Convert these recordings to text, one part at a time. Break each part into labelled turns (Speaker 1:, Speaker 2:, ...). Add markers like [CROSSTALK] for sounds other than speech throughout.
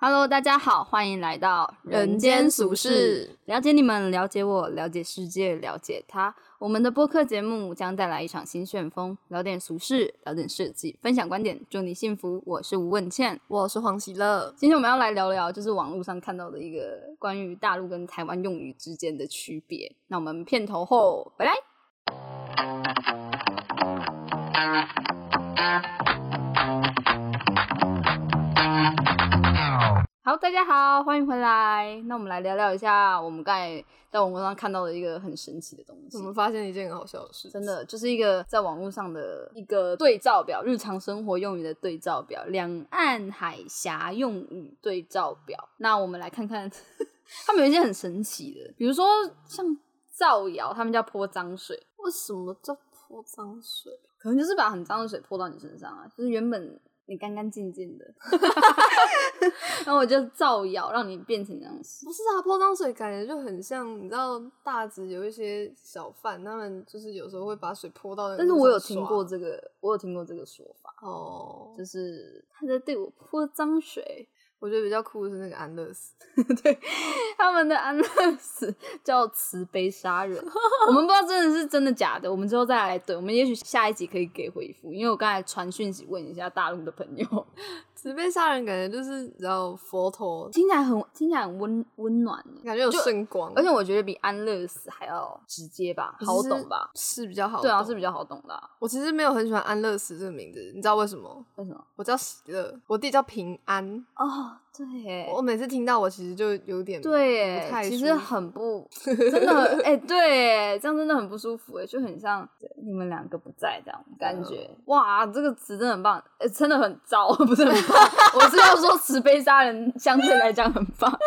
Speaker 1: Hello，大家好，欢迎来到
Speaker 2: 人间俗世，
Speaker 1: 了解你们，了解我，了解世界，了解他。我们的播客节目将带来一场新旋风，聊点俗事，聊点设计，分享观点，祝你幸福。我是吴问倩。
Speaker 2: 我是黄喜乐，
Speaker 1: 今天我们要来聊聊，就是网络上看到的一个关于大陆跟台湾用语之间的区别。那我们片头后回来。好，大家好，欢迎回来。那我们来聊聊一下我们刚才在网络上看到的一个很神奇的东西
Speaker 2: 我。们发现一件很好笑的事，
Speaker 1: 真的就是一个在网络上的一个对照表，日常生活用语的对照表，两岸海峡用语对照表。那我们来看看，他们有一些很神奇的，比如说像造谣，他们叫泼脏水，
Speaker 2: 为什么叫泼脏水？
Speaker 1: 可能就是把很脏的水泼到你身上啊，就是原本你干干净净的， [LAUGHS] 然后我就造谣让你变成那样子。
Speaker 2: 不是啊，泼脏水感觉就很像，你知道大直有一些小贩，他们就是有时候会把水泼到那个
Speaker 1: 但
Speaker 2: 路
Speaker 1: 是
Speaker 2: 上
Speaker 1: 我有听
Speaker 2: 刷
Speaker 1: 过这个，我有听过这个说法，
Speaker 2: 哦，
Speaker 1: 就是他在对我泼脏水，
Speaker 2: 我觉得比较酷的是那个安乐死，
Speaker 1: 对， [LAUGHS] 他们的安乐死叫慈悲杀人，我们不知道真的是真的假的，我们之后再来对，我们也许下一集可以给回复，因为我刚才传讯息问一下大陆的朋友，
Speaker 2: 慈悲杀人感觉就是你知道佛陀，
Speaker 1: 听起来很听起来很温温暖耶，
Speaker 2: 感觉有圣光，
Speaker 1: 而且我觉得比安乐死还要直接吧，好懂吧？
Speaker 2: 是比较好懂，
Speaker 1: 对啊，是比较好懂的啊、
Speaker 2: 我其实没有很喜欢安乐死这个名字，你知道为什么？
Speaker 1: 为什么？
Speaker 2: 我叫喜乐，我弟叫平安。
Speaker 1: 哦，对耶，
Speaker 2: 我每次听到，我其实就有点
Speaker 1: 对
Speaker 2: 不
Speaker 1: 耶，
Speaker 2: 太
Speaker 1: 其
Speaker 2: 舒
Speaker 1: 实
Speaker 2: 服
Speaker 1: 很不，真的很 [LAUGHS] 哎、对耶，这样真的很不舒服哎，就很像对你们两个不在这样感觉。哇，这个词真的很棒，呃真的很糟， [LAUGHS] 不是很棒。我是要说慈悲杀人，相对来讲很棒。 [LAUGHS]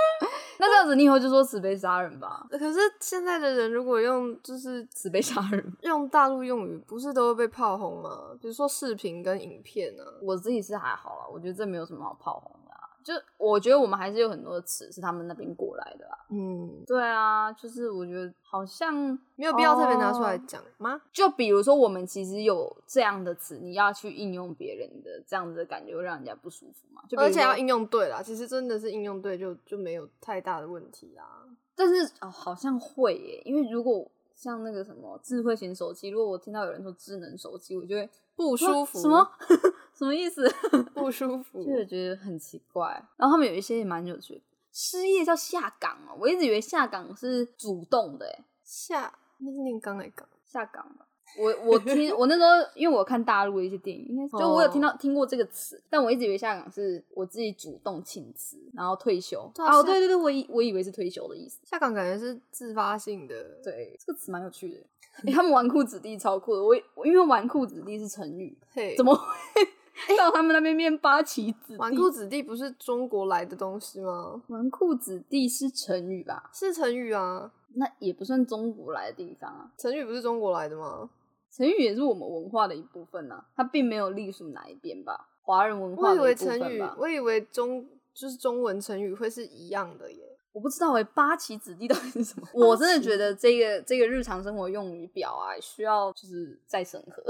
Speaker 1: 那这样子，你以后就说慈悲杀人吧，
Speaker 2: 可是现在的人如果用就是
Speaker 1: 慈悲杀人。
Speaker 2: 用大陆用语，不是都会被炮轰吗？比如说视频跟影片啊，
Speaker 1: 我自己是还好啦，我觉得这没有什么好炮轰的、啊。就我觉得我们还是有很多的词是他们那边过来的啊。
Speaker 2: 嗯，
Speaker 1: 对啊，就是我觉得好像
Speaker 2: 没有必要特别拿出来
Speaker 1: 哦
Speaker 2: 讲吗？
Speaker 1: 就比如说，我们其实有这样的词，你要去应用别人的这样子的感觉，会让人家不舒服嘛？就比如
Speaker 2: 而且要
Speaker 1: 说
Speaker 2: 应，用对啦，其实真的是应用对就就没有太大的问题啊啦。
Speaker 1: 但是哦，好像会耶，因为如果像那个什么智慧型手机，如果我听到有人说智能手机，我就会
Speaker 2: 不
Speaker 1: 不
Speaker 2: 舒服
Speaker 1: 什么 [LAUGHS] 什么意思？ [LAUGHS]
Speaker 2: 不舒服
Speaker 1: 就，会觉得很奇怪。然后他们有一些也蛮有趣的，失业叫下岗哦，我一直以为下岗是主动的，哎，
Speaker 2: 下那是念刚来刚，
Speaker 1: 下岗吧。我我
Speaker 2: [LAUGHS]
Speaker 1: 听我那时候，因为我看大陆的一些电影，应该是就我有听
Speaker 2: 哦
Speaker 1: 到、听过这个词，但我一直以为下岗是我自己主动请辞，然后退休。
Speaker 2: 对啊
Speaker 1: 哦，
Speaker 2: 是
Speaker 1: 对对对，我以我以为是退休的意思。
Speaker 2: 下岗感觉是自发性的，
Speaker 1: 对，这个词蛮有趣的。欸他们纨绔子弟超酷的，我以我因为纨绔子弟是成语，
Speaker 2: 嘿，
Speaker 1: 怎么会到他们那边变八旗子弟？
Speaker 2: 纨绔子弟不是中国来的东西吗？
Speaker 1: 纨绔子弟是成语吧？
Speaker 2: 是成语啊，
Speaker 1: 那也不算中国来的地方啊，
Speaker 2: 成语不是中国来的吗？
Speaker 1: 成语也是我们文化的一部分啊，它并没有隶属哪一边吧？华人文
Speaker 2: 我
Speaker 1: 化
Speaker 2: 以
Speaker 1: 的一
Speaker 2: 为
Speaker 1: 部分
Speaker 2: 成
Speaker 1: 吧。
Speaker 2: 语，我以为中就是中文成语会是一样的耶。 [LAUGHS]
Speaker 1: 我不知道哎、八旗子弟到底是什么？我真的觉得这个这个日常生活用语表啊，需要就是再审核，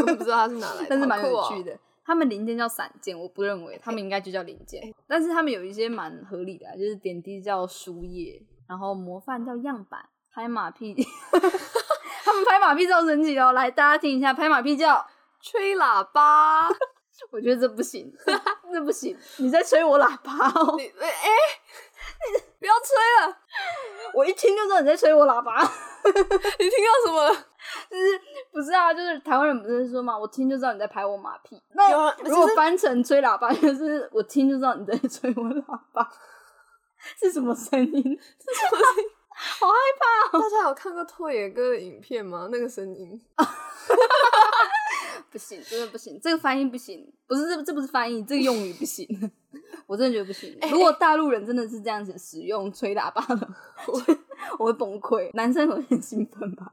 Speaker 2: 我不知道它是哪来的，
Speaker 1: 但是蛮有
Speaker 2: 好酷哦哎
Speaker 1: 趣。的。他们零件叫散件，我不认为他们应该就叫零件，但是他们有一些蛮合理的、啊，就是点滴叫输液，然后模范叫样板，拍马
Speaker 2: [LAUGHS]
Speaker 1: 屁，他们拍马屁超神奇哦！来，大家听一下，拍马屁叫，
Speaker 2: [LAUGHS] 吹喇叭，
Speaker 1: [LAUGHS] 我觉得这不行，这这不行，你在吹我喇叭哦！
Speaker 2: [LAUGHS] 你哎、不要吹
Speaker 1: 我一听就知道你在吹我喇叭。哦
Speaker 2: 了，你听到什么了？
Speaker 1: 不是啊，就是台湾人不是说嘛，我听就知道你在拍我马屁。那
Speaker 2: 有人啊
Speaker 1: [LAUGHS] 如果翻成吹喇叭， [LAUGHS] 就是我听就知道你在吹我喇叭，是什么声音？ [LAUGHS]
Speaker 2: 大家有看过拓野哥的影片吗？那个声音，
Speaker 1: 不行，真的不行，这个翻译不行，不是这这不是翻译，这个用语不行， [LAUGHS] 我真的觉得不行。
Speaker 2: 哎
Speaker 1: 如果大陆人真的是这样子使用吹喇叭的， [LAUGHS] 我会崩溃。男生会很兴奋吧？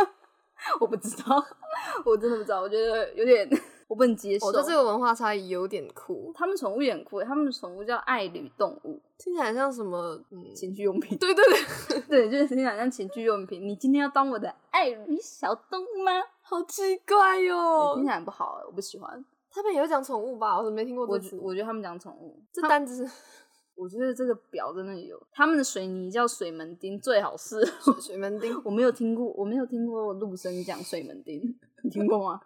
Speaker 1: [LAUGHS] 我不知道， [LAUGHS] 我真的不知道，我觉得有点 [LAUGHS] 我不能接受。
Speaker 2: 我觉得哦这个文化差异有点酷，
Speaker 1: 他们宠物也很酷，他们的宠物叫爱侣动物，
Speaker 2: 听起来像什么？嗯，
Speaker 1: 情趣用品。
Speaker 2: 对对对，
Speaker 1: [LAUGHS] 对，就是很想像情趣用品。你今天要当我的爱侣小动物吗？哎
Speaker 2: 好奇怪哟、
Speaker 1: 哦听起来很不好，我不喜欢。
Speaker 2: 他们也会讲宠物吧？我怎么没听过
Speaker 1: 我
Speaker 2: 这
Speaker 1: 觉
Speaker 2: 词？
Speaker 1: 我觉得他们讲宠物，
Speaker 2: 这
Speaker 1: 他
Speaker 2: 单子是
Speaker 1: 我觉得这个表真的有，他们的水泥叫水门钉，最好是。
Speaker 2: 水水门钉，
Speaker 1: [LAUGHS] 我没有听过，我没有听过陆生讲水门 [LAUGHS] 钉，你听过吗？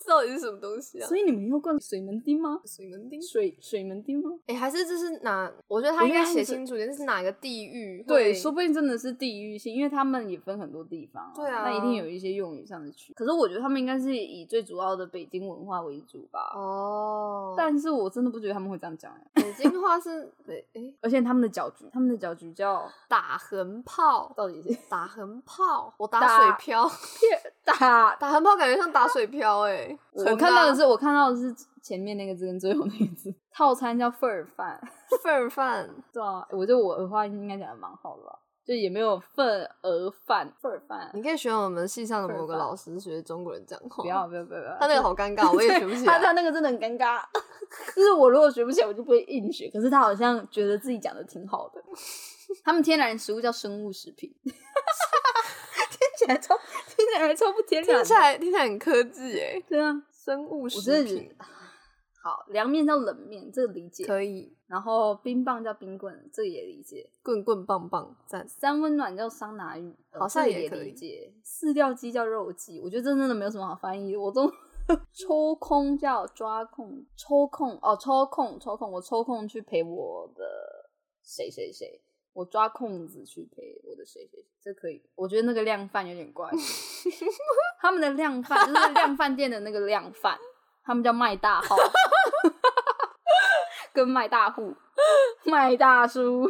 Speaker 2: 这到底是什么东西啊？
Speaker 1: 所以你们用灌水门钉吗？
Speaker 2: 水门钉。
Speaker 1: 水水门钉吗？
Speaker 2: 哎、还是这是哪？我觉得他
Speaker 1: 我
Speaker 2: 应
Speaker 1: 应该
Speaker 2: 该写
Speaker 1: 是
Speaker 2: 清楚一点，这是哪个地域会？
Speaker 1: 对，说不定真的是地域性，因为他们也分很多地方、
Speaker 2: 对啊
Speaker 1: 那一定有一些用语上的区。可是我觉得他们应该是以最主要的北京文化为主吧。
Speaker 2: 哦，
Speaker 1: 但是我真的不觉得他们会这样讲、欸，
Speaker 2: 北京话是北哎、
Speaker 1: 而且他们的搅局，他们的搅局 [LAUGHS] 叫
Speaker 2: 打横炮，
Speaker 1: 到底是
Speaker 2: 打横炮，我打
Speaker 1: 打
Speaker 2: 水漂，
Speaker 1: 打。
Speaker 2: 打横炮感觉像打水漂哎、 [LAUGHS]
Speaker 1: 我看到的是，我看到的是前面那个字跟最后那个字，套餐叫份儿饭。
Speaker 2: 份儿饭，
Speaker 1: 对啊，我觉得我的话应该讲的蛮好的吧，就也没有份儿饭，份儿饭。
Speaker 2: 你可以学我们系上的
Speaker 1: 份儿
Speaker 2: 某个
Speaker 1: 饭
Speaker 2: 老师学中国人讲话。
Speaker 1: 不要，不要不要不要，
Speaker 2: 他那个好尴啊尬，我也学 [LAUGHS] 不起来
Speaker 1: 他。他那个真的很尴尬，就是我如果学不起来，我就不会硬学。可是他好像觉得自己讲的挺好的。他们天然食物叫生物食品， [LAUGHS] 听起来超听起来超不天然
Speaker 2: 听
Speaker 1: 的。
Speaker 2: 起来听起来很科技哎，
Speaker 1: 对啊，
Speaker 2: 生物
Speaker 1: 我
Speaker 2: 食
Speaker 1: 真的觉
Speaker 2: 品
Speaker 1: 得好。凉面叫冷面，这个理解。
Speaker 2: 可以，
Speaker 1: 然后冰棒叫冰棍，这个也理解。
Speaker 2: 棍棍棒棒赞。
Speaker 1: 三温暖叫桑拿浴，呃
Speaker 2: 好像
Speaker 1: 这个
Speaker 2: 也
Speaker 1: 也
Speaker 2: 可以
Speaker 1: 理解。饲料鸡叫肉鸡，我觉得这真的没有什么好翻译的。我
Speaker 2: [LAUGHS]
Speaker 1: 都抽空叫抓空，抽空哦，抽空抽空，我抽空去陪我的谁谁谁，我抓空子去陪我的谁谁谁，这可以。我觉得那个量贩有点
Speaker 2: [LAUGHS]
Speaker 1: 怪，他们的量贩就是量贩店的那个量贩，他们叫卖大
Speaker 2: [LAUGHS]
Speaker 1: 号，跟卖大户、卖大叔，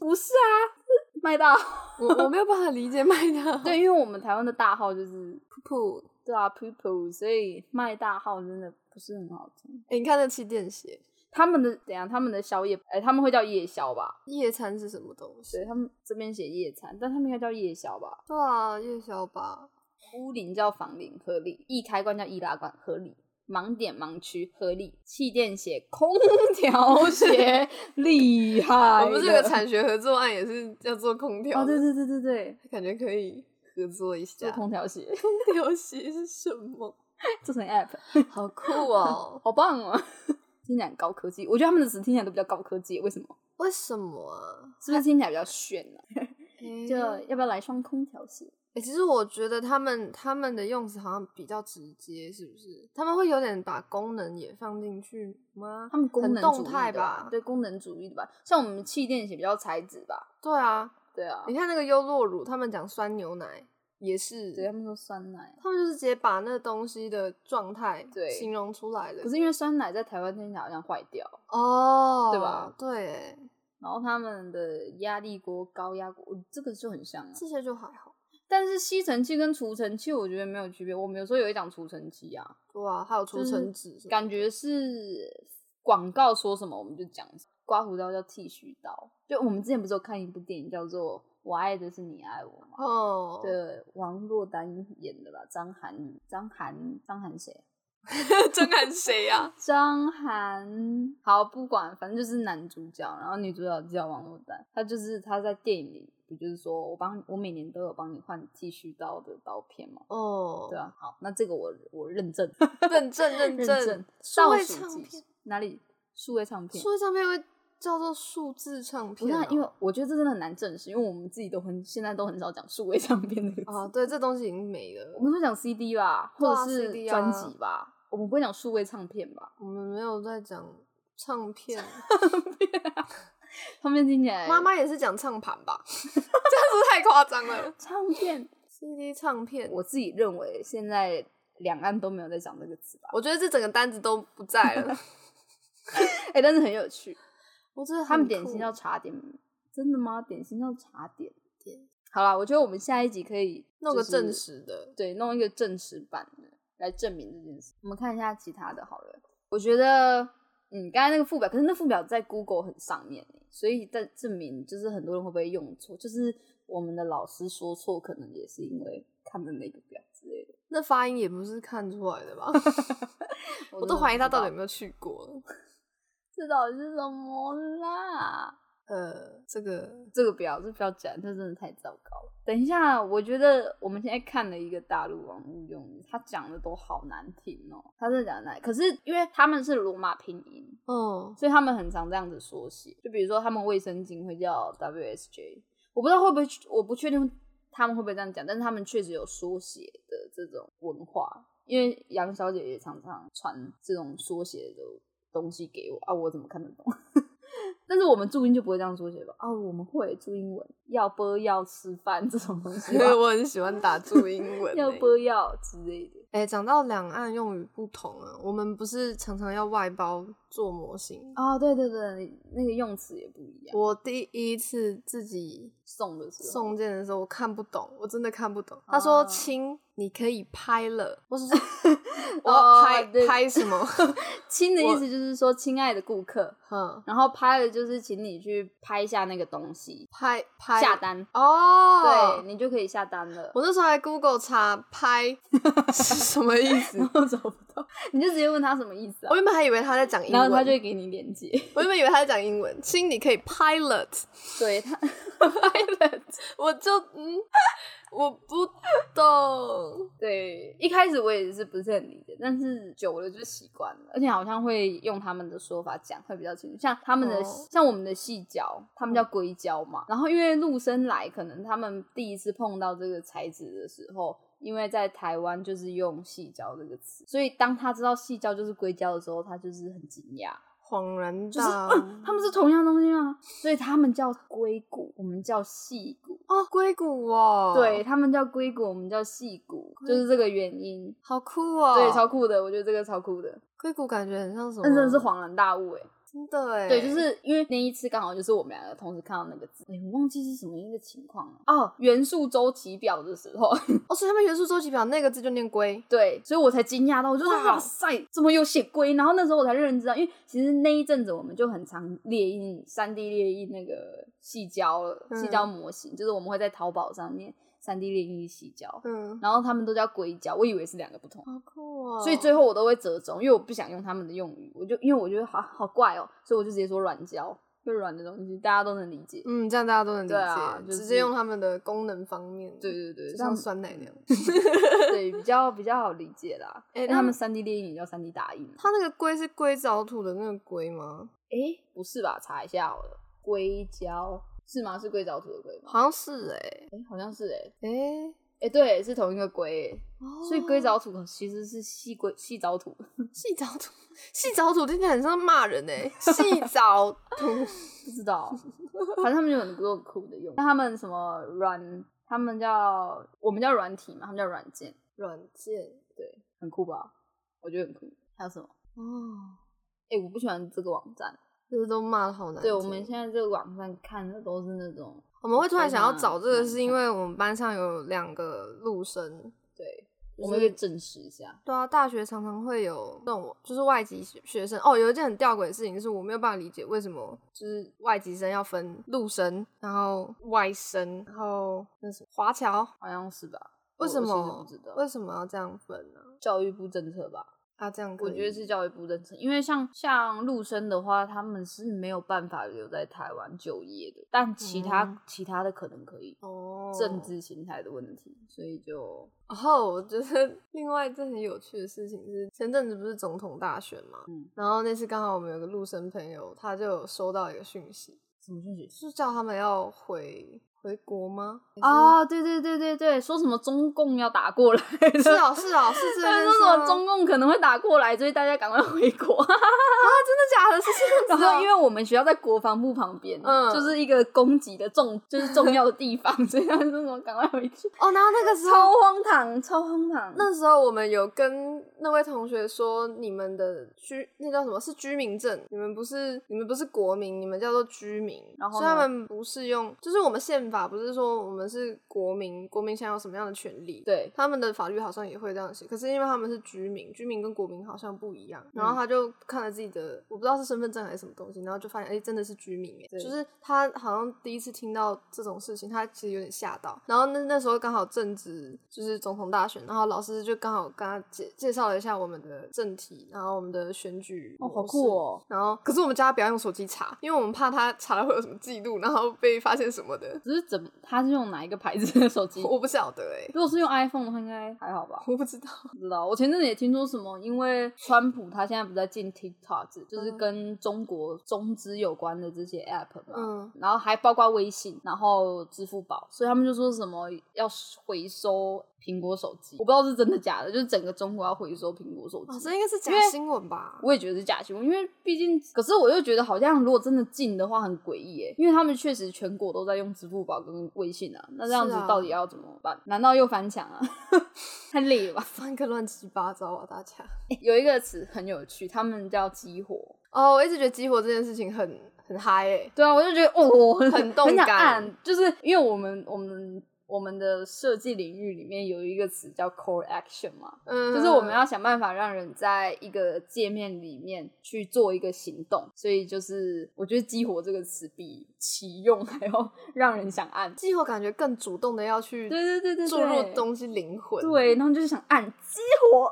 Speaker 1: 不是啊，是卖大号。
Speaker 2: [LAUGHS] 我我没有办法理解麦当
Speaker 1: [LAUGHS] 对，因为我们台湾的大号就是
Speaker 2: 噗，
Speaker 1: 对啊 p o o p o 所以卖大号真的不是很好听。
Speaker 2: 哎、你看那气垫鞋，
Speaker 1: 他们的怎样？他们的宵夜，哎、他们会叫夜宵吧？
Speaker 2: 夜餐是什么东西？
Speaker 1: 对他们这边写夜餐，但他们应该叫夜宵吧？
Speaker 2: 对啊，夜宵吧。
Speaker 1: 乌林叫房林，合理；易开关叫易拉罐，合理；盲点盲区合理；气垫鞋、空调鞋，厉害了。
Speaker 2: [LAUGHS] 我们这个产学合作案也是要做空调
Speaker 1: 哦，
Speaker 2: 的，
Speaker 1: 对对对对对，
Speaker 2: 感觉可以合作一
Speaker 1: 做
Speaker 2: 下。
Speaker 1: 空调鞋，
Speaker 2: 空 [LAUGHS] 调鞋是什么？
Speaker 1: [LAUGHS] 做成 app， [LAUGHS]
Speaker 2: 好酷哦！
Speaker 1: 好棒哦！ [LAUGHS] 听起来很高科技，我觉得他们的词听起来都比较高科技，为什么？
Speaker 2: [LAUGHS] 为什么啊？
Speaker 1: 是不是听起来比较炫呢、
Speaker 2: 诶
Speaker 1: 就要不要来双空调鞋？
Speaker 2: 欸，其实我觉得他们他们的用词好像比较直接，是不是？他们会有点把功能也放进去吗？
Speaker 1: 他们功
Speaker 2: 很
Speaker 1: 能
Speaker 2: 动
Speaker 1: 主义
Speaker 2: 态
Speaker 1: 的啊
Speaker 2: 吧
Speaker 1: 对，功能主义的吧。像我们气垫鞋比较材质吧，
Speaker 2: 对啊，
Speaker 1: 对啊
Speaker 2: 你，看那个优酪乳，他们讲酸牛奶也是，
Speaker 1: 对他们说酸奶，啊
Speaker 2: 他们就是直接把那东西的状态
Speaker 1: 对
Speaker 2: 形容出来了。
Speaker 1: 可是因为酸奶在台湾听起来好像坏掉，
Speaker 2: 哦，
Speaker 1: 对吧？
Speaker 2: 对欸，
Speaker 1: 然后他们的压力锅、高压锅，哦这个就很像啊。
Speaker 2: 这些就还好。
Speaker 1: 但是吸尘器跟除尘器我觉得没有区别，我们有时候也会讲除尘器啊，
Speaker 2: 对啊，还有除
Speaker 1: 就是
Speaker 2: 尘纸什么，
Speaker 1: 感觉是广告说什么我们就讲什么。刮胡刀叫剃须刀，就我们之前不是有看一部电影叫做《我爱的是你爱我》吗？
Speaker 2: 哦，
Speaker 1: [LAUGHS] 对，啊王珞丹演的吧，张涵予，张涵，张涵谁？啊
Speaker 2: 真看谁呀？
Speaker 1: 张涵，好，不管，反正就是男主角，然后女主角叫王珞丹，她就是她在电影里，不就是说我帮我每年都有帮你换剃须刀的刀片嘛？
Speaker 2: [LAUGHS] 哦
Speaker 1: 对，啊，好，那这个我我认证， [LAUGHS]
Speaker 2: 认证认
Speaker 1: 认
Speaker 2: 证
Speaker 1: 证，，
Speaker 2: 数
Speaker 1: 倒
Speaker 2: 位
Speaker 1: 数
Speaker 2: 唱
Speaker 1: 计
Speaker 2: 片
Speaker 1: 时，哪里？数位唱片
Speaker 2: 数。位唱片会叫做数字唱
Speaker 1: 不
Speaker 2: 片
Speaker 1: 是
Speaker 2: 啊、
Speaker 1: 啊，因为我觉得这真的很难证实，因为我们自己都很现在都很少讲数位唱片这个词。
Speaker 2: 啊，对，这东西已经没
Speaker 1: 我
Speaker 2: 了，
Speaker 1: 们都讲 CD 吧，
Speaker 2: 对
Speaker 1: 或
Speaker 2: 啊
Speaker 1: 者是
Speaker 2: CD 啊
Speaker 1: 专辑吧，我们不会讲数位唱片吧？
Speaker 2: 我们没有在讲唱片。
Speaker 1: 唱片听起来，
Speaker 2: 妈妈也是讲唱盘吧？ [LAUGHS] 这样子太夸张了。
Speaker 1: 唱片，
Speaker 2: CD 唱片，我
Speaker 1: 我自己认为现在两岸都没有在讲这个词吧？
Speaker 2: 我觉得这整个单子都不在
Speaker 1: [LAUGHS]
Speaker 2: 了。
Speaker 1: 哎、但是很有趣，
Speaker 2: 我真的
Speaker 1: 他们
Speaker 2: 很
Speaker 1: 点
Speaker 2: 酷欸
Speaker 1: 心叫茶点，真的吗？点心叫茶点点。好啦，我觉得我们下一集可以
Speaker 2: 弄个
Speaker 1: 就是
Speaker 2: 正实的，
Speaker 1: 对，弄一个正式版的来证明这件事。我们看一下其他的好了。我觉得，嗯，刚才那个副表，可是那副表在 Google 很上面欸，所以在证明就是很多人会不会用错，就是我们的老师说错，可能也是因为看的那个表之类的。
Speaker 2: 那发音也不是看出来的吧？我
Speaker 1: 真
Speaker 2: 都
Speaker 1: 的
Speaker 2: 怀疑
Speaker 1: 不
Speaker 2: 他
Speaker 1: 知
Speaker 2: 到底
Speaker 1: 道
Speaker 2: 有没有去过了。
Speaker 1: 这到底是什么啦？
Speaker 2: 呃，这个
Speaker 1: 这个不要，这不要讲，这真的太糟糕了。等一下，我觉得我们现在看了一个大陆网络用语，他讲的都好难听哦，他真的讲得难。可是因为他们是罗马拼音，
Speaker 2: 嗯，
Speaker 1: 所以他们很常这样子缩写。就比如说，他们卫生巾会叫 WSJ，我不知道会不会，我不确定他们会不会这样讲，但是他们确实有缩写的这种文化。因为杨小姐也常常传这种缩写的东西给我啊，我怎么看得懂？ [LAUGHS] 但是我们注音就不会这样缩写吧？啊，我们会注英文，要播要吃饭这种东西
Speaker 2: 因 [LAUGHS]
Speaker 1: 吧，
Speaker 2: 为我很喜欢打注英文、
Speaker 1: 要
Speaker 2: 欸。
Speaker 1: 播要之类的。
Speaker 2: 哎、讲到两岸用语不同啊，我们不是常常要外包做模型。
Speaker 1: 啊，对对对，那个用词也不一样。
Speaker 2: 我第一次自己
Speaker 1: 送的时候，
Speaker 2: 送件的时候，我看不懂，我真的看不懂。他说：“
Speaker 1: 啊
Speaker 2: 亲，你可以拍了。”我是说我
Speaker 1: 哦
Speaker 2: 要拍、
Speaker 1: 对
Speaker 2: 拍什么？
Speaker 1: 亲的意
Speaker 2: 我
Speaker 1: 思就是说，亲爱的顾客，
Speaker 2: 嗯，
Speaker 1: 然后拍了就是请你去拍一下那个东西，
Speaker 2: 拍拍
Speaker 1: 下单，
Speaker 2: 哦。
Speaker 1: 对，你就可以下单了。
Speaker 2: 我那时候还 Google 查拍是什么意思，
Speaker 1: 后找不到，你就直接问他什么意思啊
Speaker 2: 我？原本还以为他在讲英文，
Speaker 1: 然后他就会给你链接，
Speaker 2: 我原本以为他在讲英文。亲，你可以 pilot，
Speaker 1: 对他， [LAUGHS]
Speaker 2: 我就嗯，我不懂。
Speaker 1: 对，一开始我也是不是很理解，但是久了就习惯了，而且好像会用他们的说法讲会比较清楚，像他们的、
Speaker 2: 哦嗯
Speaker 1: 像我们的细胶，他们叫硅胶嘛，然后因为陆生来，可能他们第一次碰到这个材质的时候。因为在台湾就是用“细胶”这个词，所以当他知道“细胶”就是硅胶的时候，他就是很惊讶，
Speaker 2: 恍然
Speaker 1: 就是、
Speaker 2: 大悟、
Speaker 1: 嗯、他们是同样东西吗？所以他们叫硅谷，我们叫细骨，
Speaker 2: 哦，硅谷哦，
Speaker 1: [LAUGHS] 对，他们叫硅谷，我们叫细骨，就是这个原因。
Speaker 2: 好酷哦，
Speaker 1: 对，超酷的，我觉得这个超酷的，
Speaker 2: 硅谷感觉很像什么，
Speaker 1: 但真的是恍然大悟哎、
Speaker 2: 真的哎，
Speaker 1: 对，就是因为那一次刚好就是我们两个同时看到那个字，哎、我忘记是什么一个情况了、哦，元素周期表的时候， [LAUGHS]
Speaker 2: 哦，所以他们元素周期表那个字就念硅，
Speaker 1: 对，所以我才惊讶到，我就说
Speaker 2: 哇
Speaker 1: 哇塞，怎么有写龟？然后那时候我才认知到，因为其实那一阵子我们就很常列印三 D 列印那个细胶了，
Speaker 2: 嗯
Speaker 1: 细胶模型，就是我们会在淘宝上面三 D 列印细胶，
Speaker 2: 嗯，
Speaker 1: 然后他们都叫硅胶，我以为是两个不同。
Speaker 2: 好酷哦，
Speaker 1: 所以最后我都会折中，因为我不想用他们的用语，我就因为我觉得好好怪哦、所以我就直接说软胶，就软的东西，大家都能理解。
Speaker 2: 嗯，这样大家都能理解，
Speaker 1: 对啊就是
Speaker 2: 直接用他们的功能方面，
Speaker 1: 对，对对，嗯
Speaker 2: 就
Speaker 1: 这样
Speaker 2: 像酸奶那样。
Speaker 1: 对比较比较好理解
Speaker 2: [LAUGHS]
Speaker 1: 啦。
Speaker 2: 哎
Speaker 1: 哎，
Speaker 2: 那
Speaker 1: 他们三 D 电影也叫三 D 打印啊，
Speaker 2: 它那个硅是硅藻土的那个硅吗？
Speaker 1: 哎、不是吧？查一下好了，硅胶是吗？是硅藻土的硅吗？
Speaker 2: 好像是哎
Speaker 1: 哎、好像是哎、
Speaker 2: 哎，诶
Speaker 1: 哎、对，是同一个硅、欸，
Speaker 2: 哦
Speaker 1: 所以硅藻土其实是细硅细藻土， [LAUGHS]
Speaker 2: 细藻土，细藻土听起来很像骂人
Speaker 1: [LAUGHS]
Speaker 2: 哎，细藻土，
Speaker 1: 不知
Speaker 2: [LAUGHS]
Speaker 1: 道，反正他们有很多酷的用语，那他们什么软，他们叫我们叫软体嘛，他们叫软件，
Speaker 2: 软件
Speaker 1: 对，很酷吧？我觉得很酷。还有什么？
Speaker 2: 哦，
Speaker 1: 哎、我不喜欢这个网站。
Speaker 2: 这都骂的好难听。
Speaker 1: 对我们现在这个网站看的都是那种
Speaker 2: 我们会突然想要找这个，
Speaker 1: 非常
Speaker 2: 是因为我们班上有两个陆生，
Speaker 1: 对，
Speaker 2: 就是
Speaker 1: 我们可以证实一下。
Speaker 2: 对啊，大学常常会有那种就是外籍学学生哦，有一件很吊诡的事情是我没有办法理解为什么就是外籍生要分陆生，然后外生，然后那什么华侨，
Speaker 1: 好像是吧？
Speaker 2: 为什
Speaker 1: 哦我我
Speaker 2: 么
Speaker 1: 其实不知道，
Speaker 2: 为什么要这样分呢、
Speaker 1: 教育部政策吧，
Speaker 2: 啊？这样可
Speaker 1: 我
Speaker 2: 以
Speaker 1: 觉得是教育部政策，因为像像陆生的话，他们是没有办法留在台湾就业的，但其他、
Speaker 2: 嗯
Speaker 1: 其他的可能可以，
Speaker 2: 哦
Speaker 1: 政。治形态的问题，所以就
Speaker 2: 然后我觉得另外一件很有趣的事情是，前阵子不是总统大选嘛，
Speaker 1: 嗯
Speaker 2: 然后那次刚好我们有个陆生朋友，他就有收到一个讯息，
Speaker 1: 什么讯息
Speaker 2: 是叫他们要回回国吗？
Speaker 1: 啊？对对对对对，说什么中共要打过来的，
Speaker 2: 是哦，
Speaker 1: [LAUGHS]
Speaker 2: 是哦，是这
Speaker 1: 他
Speaker 2: 件
Speaker 1: 们
Speaker 2: 事
Speaker 1: 啊说什么
Speaker 2: 吗
Speaker 1: 中共可能会打过来，所以大家赶快回国。 [LAUGHS]
Speaker 2: 真的假的？是这
Speaker 1: 然
Speaker 2: 样子、哦。
Speaker 1: 后因为我们学校在国防部旁边，
Speaker 2: 嗯
Speaker 1: 就是一个攻击的重，就是重要的地方，所以他们说什么赶快回去，
Speaker 2: 哦，然后那个
Speaker 1: [LAUGHS]
Speaker 2: 时
Speaker 1: 超
Speaker 2: 候，
Speaker 1: 荒唐，超荒唐。
Speaker 2: 那时候我们有跟那位同学说，你们的居那叫什么是居民证？你们不是你们不是国民，你们叫做居民，
Speaker 1: 然后
Speaker 2: 所以他
Speaker 1: 呢
Speaker 2: 们不适用，就是我们宪法不是说我们是国民，国民享有什么样的权利？
Speaker 1: 对，
Speaker 2: 他们的法律好像也会这样写，可是因为他们是居民，居民跟国民好像不一样。然后
Speaker 1: 嗯
Speaker 2: 他就看了自己的，我不知道是身份证还是什么东西，然后就发现，哎、真的是居民哎、
Speaker 1: 对
Speaker 2: 就是他好像第一次听到这种事情，他其实有点吓到。然后那那时候刚好正值就是总统大选，然后老师就刚好跟他介介绍了一下我们的政体，然后我们的选举
Speaker 1: 哦，好
Speaker 2: 模式
Speaker 1: 酷哦！
Speaker 2: 然后，可是我们叫他不要用手机查，因为我们怕他查了会有什么记录，然后被发现什么
Speaker 1: [LAUGHS]
Speaker 2: 的。
Speaker 1: 只是怎么他是用哪一个牌子的 [LAUGHS] 手机？
Speaker 2: 我不晓得哎、
Speaker 1: 如果是用 iPhone 的话，应该还好吧？
Speaker 2: 我不知道。
Speaker 1: 不知道，我前阵子也听说什么，因为川普他现在不是在进 TikTok，就是
Speaker 2: 嗯
Speaker 1: 跟中国中资有关的这些 App 嘛，
Speaker 2: 嗯，
Speaker 1: 然后还包括微信，然后支付宝，所以他们就说什么要回收苹果手机，我不知道是真的假的，就是整个中国要回收苹果手
Speaker 2: 哇，
Speaker 1: 机。
Speaker 2: 哦这应该是假
Speaker 1: 因为
Speaker 2: 新闻吧？
Speaker 1: 我也觉得是假新闻，因为毕竟，可是我又觉得好像如果真的禁的话很诡异耶，因为他们确实全国都在用支付宝跟微信啊，那这样子
Speaker 2: 是啊
Speaker 1: 到底要怎么办？难道又翻墙啊？ [LAUGHS] 太累了
Speaker 2: [LAUGHS]
Speaker 1: 吧？
Speaker 2: 翻个乱七八糟啊，大家。
Speaker 1: 有一个词很有趣，他们叫激活。
Speaker 2: [LAUGHS] 哦，我一直觉得激活这件事情很很嗨欸诶、
Speaker 1: 对啊，我就觉得哦，很
Speaker 2: 很动
Speaker 1: 很想
Speaker 2: 感
Speaker 1: 按，就是因为我们我们我们的设计领域里面有一个词叫 core action 嘛，
Speaker 2: 嗯，
Speaker 1: 就是我们要想办法让人在一个界面里面去做一个行动，所以就是我觉得激活这个词比启用还要 [LAUGHS] 让人想按。
Speaker 2: 激活，感觉更主动的要去
Speaker 1: 对对对对，
Speaker 2: 注入
Speaker 1: 对
Speaker 2: 东西灵魂。
Speaker 1: 对，然后就是想按激活，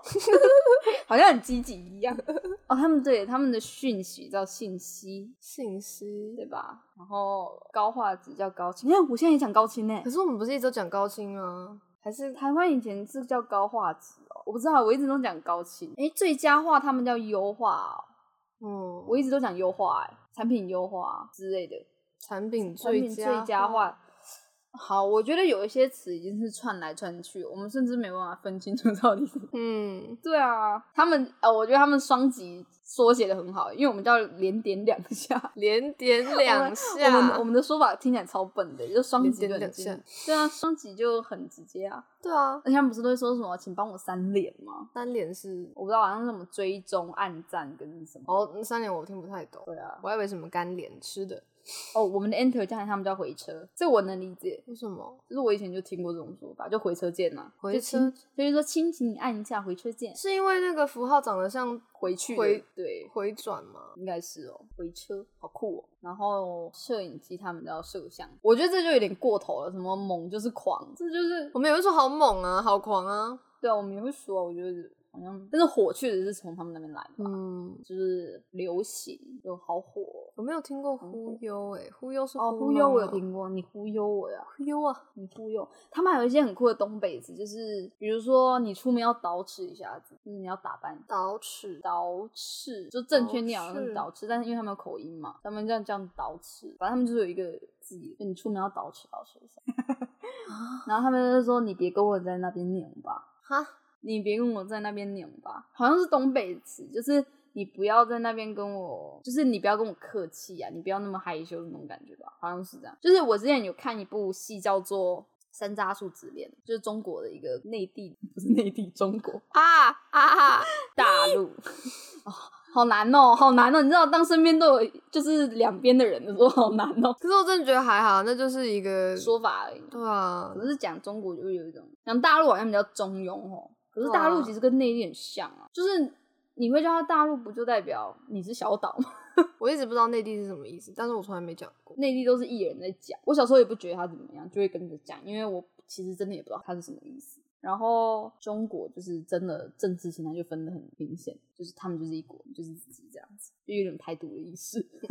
Speaker 1: [LAUGHS] 好像很积极一样。 [LAUGHS] 哦，他们对他们的讯息叫信息，
Speaker 2: 信息
Speaker 1: 对。吧？然后高画质叫高清，哎，我现在也讲高清呢、
Speaker 2: 可是我们不是一直都讲高清吗？还是
Speaker 1: 台湾以前是叫高画质哦，我不知道，我一直都讲高清。哎，最佳化他们叫优化哦，
Speaker 2: 嗯，
Speaker 1: 我一直都讲优化、哎，产品优化之类的，
Speaker 2: 产品
Speaker 1: 产品
Speaker 2: 最佳
Speaker 1: 最佳化。好，我觉得有一些词已经是串来串去，我们甚至没办法分清楚到底是。 [LAUGHS]
Speaker 2: 嗯，
Speaker 1: 对啊，他们呃，我觉得他们双击缩写的很好，因为我们叫连点两下。
Speaker 2: 连点两下，
Speaker 1: [LAUGHS] 我们我们的说法听起来超笨的，就双击就
Speaker 2: 连
Speaker 1: 很
Speaker 2: 点两
Speaker 1: 近。对啊，双击就很直接啊。
Speaker 2: 对啊，
Speaker 1: 而且他们不是都会说什么“请帮我三连”吗？
Speaker 2: 三连是
Speaker 1: 我不知道，好像是什么追踪、暗赞跟什么。
Speaker 2: 哦，那三连我听不太懂，
Speaker 1: 对啊，
Speaker 2: 我还以为什么干连吃的，
Speaker 1: 哦，我们的 enter 叫他们叫回车，这我能理解。
Speaker 2: 为什么？
Speaker 1: 就是我以前就听过这种说法，就回车键嘛，
Speaker 2: 回
Speaker 1: 就亲
Speaker 2: 车，
Speaker 1: 就是说亲，请你按一下回车键，
Speaker 2: 是因为那个符号长得像
Speaker 1: 回去的
Speaker 2: 回
Speaker 1: 对，
Speaker 2: 回转吗？
Speaker 1: 应该是哦，回车好酷哦。然后摄影机他们叫摄像，我觉得这就有点过头了，什么猛就是狂，这就是
Speaker 2: 我们也会说好猛啊，好狂啊，
Speaker 1: 对啊，我们也会说啊，我觉得好像，但是火确实是从他们那边来的吧，
Speaker 2: 嗯，
Speaker 1: 就是流行就好火哦。
Speaker 2: 我没有听过忽悠诶、忽悠是
Speaker 1: 哦，
Speaker 2: 吗
Speaker 1: 忽悠我有，听过，你忽悠我呀，
Speaker 2: 忽悠啊，
Speaker 1: 你忽悠。他们还有一些很酷的东北词，就是比如说你出门要捯饬一下子，就是你要打扮。
Speaker 2: 捯饬，
Speaker 1: 捯饬就正确念好像是
Speaker 2: 捯
Speaker 1: 捯饬，但是因为他们有口音嘛，他们这样这样捯饬，反正他们就是有一个自己，就你出门要捯饬捯饬 [LAUGHS] 一下。然后他们就说：“你别跟我在那边拧吧。”
Speaker 2: 哈，
Speaker 1: 你别跟我在那边拧吧，好像是东北词，就是你不要在那边跟我，就是你不要跟我客气啊，你不要那么害羞那种感觉吧，好像是这样。就是我之前有看一部戏叫做《山楂树之恋》，就是中国的一个内地，不是内地，中国
Speaker 2: 啊啊，
Speaker 1: 大陆。哦好难哦，好难哦！你知道，当身边都有就是两边的人的时候，好难哦。
Speaker 2: 可是我真的觉得还好，那就是一个
Speaker 1: 说法而已，
Speaker 2: 对啊，
Speaker 1: 可是讲中国就会有一种，讲大陆好像比较中庸哦。可是大陆其实跟内地很像啊，就是你会叫它大陆，不就代表你是小岛吗？
Speaker 2: 我一直不知道内地是什么意思，但是我从来没讲过，
Speaker 1: 内地都是艺人在讲，我小时候也不觉得它怎么样，就会跟着讲，因为我其实真的也不知道它是什么意思。然后中国就是真的政治形态就分得很明显，就是他们就是一国，就是自己这样子，就有点台独的意识。 [LAUGHS]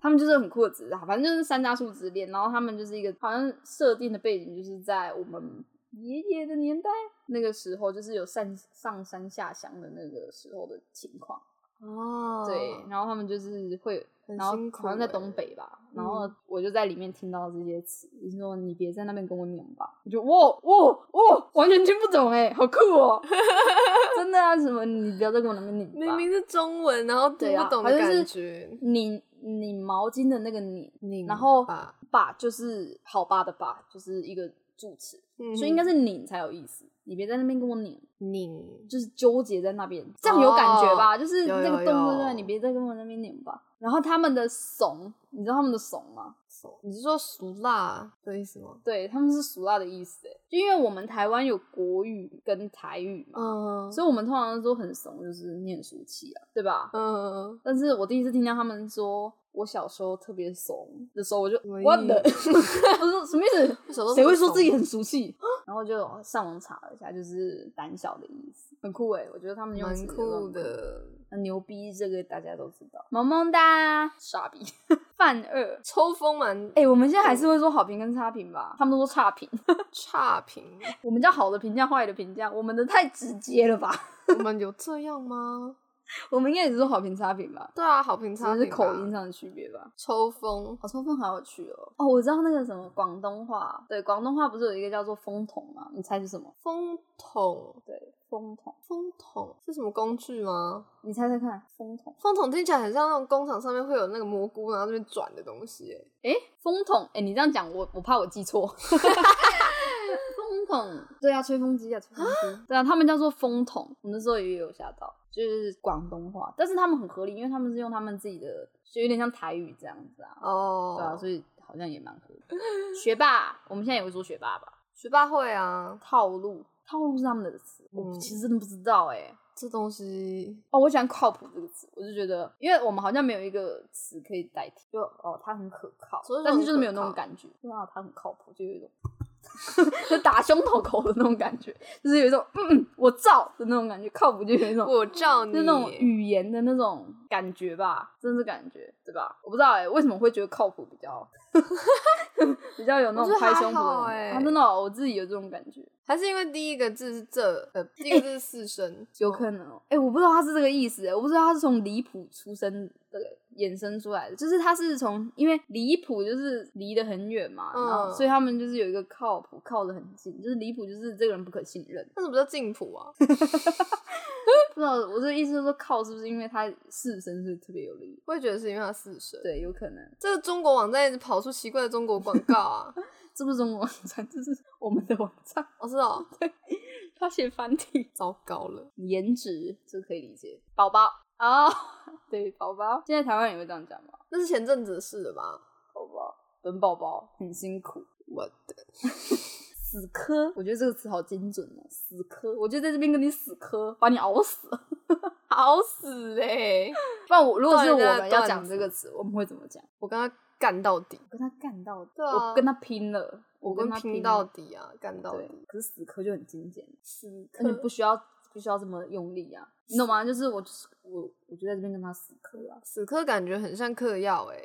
Speaker 1: 他们就是很酷的职啊，反正就是山楂树之恋，然后他们就是一个好像设定的背景就是在我们爷爷的年代那个时候，就是有上上山下乡的那个时候的情况，
Speaker 2: 哦，
Speaker 1: 对，然后他们就是会。
Speaker 2: 很
Speaker 1: 然后
Speaker 2: 辛苦
Speaker 1: 好像在
Speaker 2: 欸
Speaker 1: 东北吧，
Speaker 2: 嗯
Speaker 1: 然后我就在里面听到这些词，就是说你别在那边跟我拧吧，我就哇哇哇，完全听不懂哎、好酷哦、
Speaker 2: [LAUGHS]
Speaker 1: 真的啊，什么你不要再跟我那边拧吧，
Speaker 2: 明明是中文，然后听
Speaker 1: 对啊
Speaker 2: 不懂
Speaker 1: 好
Speaker 2: 的
Speaker 1: 像
Speaker 2: 感
Speaker 1: 是
Speaker 2: 觉，
Speaker 1: 拧拧毛巾的那个拧，
Speaker 2: 拧
Speaker 1: 然后
Speaker 2: 吧
Speaker 1: 吧就是好吧的吧，就是一个助词，
Speaker 2: 嗯
Speaker 1: 所以应该是拧才有意思。你别在那边跟我拧，
Speaker 2: 拧
Speaker 1: 就是纠结在那边，这样有感觉吧？就是
Speaker 2: 哦有
Speaker 1: 那
Speaker 2: 有
Speaker 1: 个动作
Speaker 2: 有
Speaker 1: 对，你别再跟我那边拧吧。然后他们的怂，你知道他们的怂吗？
Speaker 2: 熟，你是说熟辣的意思吗？
Speaker 1: 对，他们是俗辣的意思欸，就因为我们台湾有国语跟台语嘛，
Speaker 2: 嗯
Speaker 1: 所以我们通常都很怂，就是念俗气啊，对吧？
Speaker 2: 嗯，
Speaker 1: 但是我第一次听到他们说我小时候特别怂的时候，我就
Speaker 2: 什么意思
Speaker 1: 我
Speaker 2: [LAUGHS]
Speaker 1: 的，我说什么意思？
Speaker 2: 小时候
Speaker 1: 谁会
Speaker 2: 特别
Speaker 1: 说自己
Speaker 2: 怂
Speaker 1: 很俗气？ [LAUGHS] 然后就上网查了一下，就是胆小的意思，很酷哎、我觉得他们用词
Speaker 2: 蛮
Speaker 1: 有那种
Speaker 2: 酷的。
Speaker 1: 很牛逼，这个大家都知道。萌萌哒，傻逼， [LAUGHS] 犯二。
Speaker 2: 抽风蛮
Speaker 1: 哎、我们现在还是会说好评跟差评吧？他们都说差评， [LAUGHS]
Speaker 2: 差评，
Speaker 1: 我们叫好的评价、坏的评价，我们的太直接了吧？ [LAUGHS]
Speaker 2: 我们有这样吗？
Speaker 1: 我们应该也是说好评、差评吧？
Speaker 2: 对啊，好评
Speaker 1: 只
Speaker 2: 差
Speaker 1: 是
Speaker 2: 评吧
Speaker 1: 口音上的区别吧。
Speaker 2: 抽风
Speaker 1: 哦，抽风好有趣哦！哦，我知道那个什么广东话，对，广东话不是有一个叫做风筒吗？你猜是什么？
Speaker 2: 风筒
Speaker 1: 对，风筒，
Speaker 2: 风筒是什么工具吗？
Speaker 1: 你猜猜看，风筒。
Speaker 2: 风筒听起来很像那种工厂上面会有那个蘑菇，然后这边转的东西耶。
Speaker 1: 诶，风筒，诶，你这样讲，我我怕我记错。 [LAUGHS] 风筒，对啊，吹风机啊，吹风机，对啊，他们叫做风筒。我们那时候也有吓到，就是广东话，但是他们很合理，因为他们是用他们自己的，就有点像台语这样子啊。
Speaker 2: 哦，
Speaker 1: 对啊，所以好像也蛮合理。学霸，我们现在也会说学霸吧？
Speaker 2: 学霸会啊，
Speaker 1: 套路，套路是他们的词，我
Speaker 2: 嗯
Speaker 1: 其实真的不知道哎、
Speaker 2: 这东西
Speaker 1: 哦，我喜欢靠谱这个词，我就觉得，因为我们好像没有一个词可以代替，就哦，他很可靠
Speaker 2: 所以，
Speaker 1: 但
Speaker 2: 说
Speaker 1: 是就是
Speaker 2: 很
Speaker 1: 没有
Speaker 2: 可
Speaker 1: 那种
Speaker 2: 靠
Speaker 1: 感觉，对啊，他很靠谱，就有一种 [LAUGHS] 就打胸口口的那种感觉，就是有一种嗯，我造的那种感觉，靠谱就有一种
Speaker 2: 我照你
Speaker 1: 就那种语言的那种感觉吧，真的是感觉，对吧？我不知道哎、为什么会觉得靠谱比较 [LAUGHS] 比较有那
Speaker 2: 我
Speaker 1: 种
Speaker 2: 觉
Speaker 1: 拍
Speaker 2: 得还
Speaker 1: 胸脯
Speaker 2: 好
Speaker 1: 的感觉、
Speaker 2: 欸
Speaker 1: 啊，真的哦、我自己有这种感觉。
Speaker 2: 还是因为第一个字是这，
Speaker 1: [LAUGHS]
Speaker 2: 呃，第一个字是四声，
Speaker 1: 有可能哦、哎、我不知道他是这个意思、欸，我不知道他是从离谱出生的衍生出来的，就是他是从因为离谱就是离得很远嘛，然后
Speaker 2: 嗯
Speaker 1: 所以他们就是有一个靠谱靠得很近，就是离谱就是这个人不可信任。
Speaker 2: 那什么叫进谱啊？
Speaker 1: 不知道我这意思是说靠是不是因为他四声是特别有力？
Speaker 2: 我也觉得是因为它四声。，
Speaker 1: 对，有可能。
Speaker 2: 这个中国网站一直跑出奇怪的中国广告
Speaker 1: [LAUGHS]
Speaker 2: 啊！
Speaker 1: 这不是中国网站，这是我们的网站。
Speaker 2: 我知道，
Speaker 1: [LAUGHS] 他写繁体，
Speaker 2: 糟糕了，
Speaker 1: [LAUGHS] 颜值这可以理解。宝宝 [LAUGHS] 哦，对，宝宝。现在台湾人也会这样讲吗？
Speaker 2: 那是前阵子的事了吧？
Speaker 1: 宝宝，本宝宝很辛苦。
Speaker 2: 我的
Speaker 1: 死磕，我觉得这个词好精准哦，死磕，我就在这边跟你死磕，把你熬死。 [LAUGHS]
Speaker 2: 好死嘞、
Speaker 1: 不然我如果是我
Speaker 2: 对那
Speaker 1: 们要
Speaker 2: 段
Speaker 1: 讲
Speaker 2: 子
Speaker 1: 这个词，我们会怎么讲？
Speaker 2: 我跟他干到底，
Speaker 1: 我跟他干到底，
Speaker 2: 对啊
Speaker 1: 我跟他拼了，我
Speaker 2: 我跟
Speaker 1: 他
Speaker 2: 拼
Speaker 1: 了
Speaker 2: 到底啊，干到
Speaker 1: 对
Speaker 2: 底。，
Speaker 1: 可是死磕就很精简，
Speaker 2: 死
Speaker 1: 而且不需要不需要这么用力啊，你懂吗？就是我就是我我就在这边跟他死磕啊，
Speaker 2: 死磕感觉很像嗑药哎，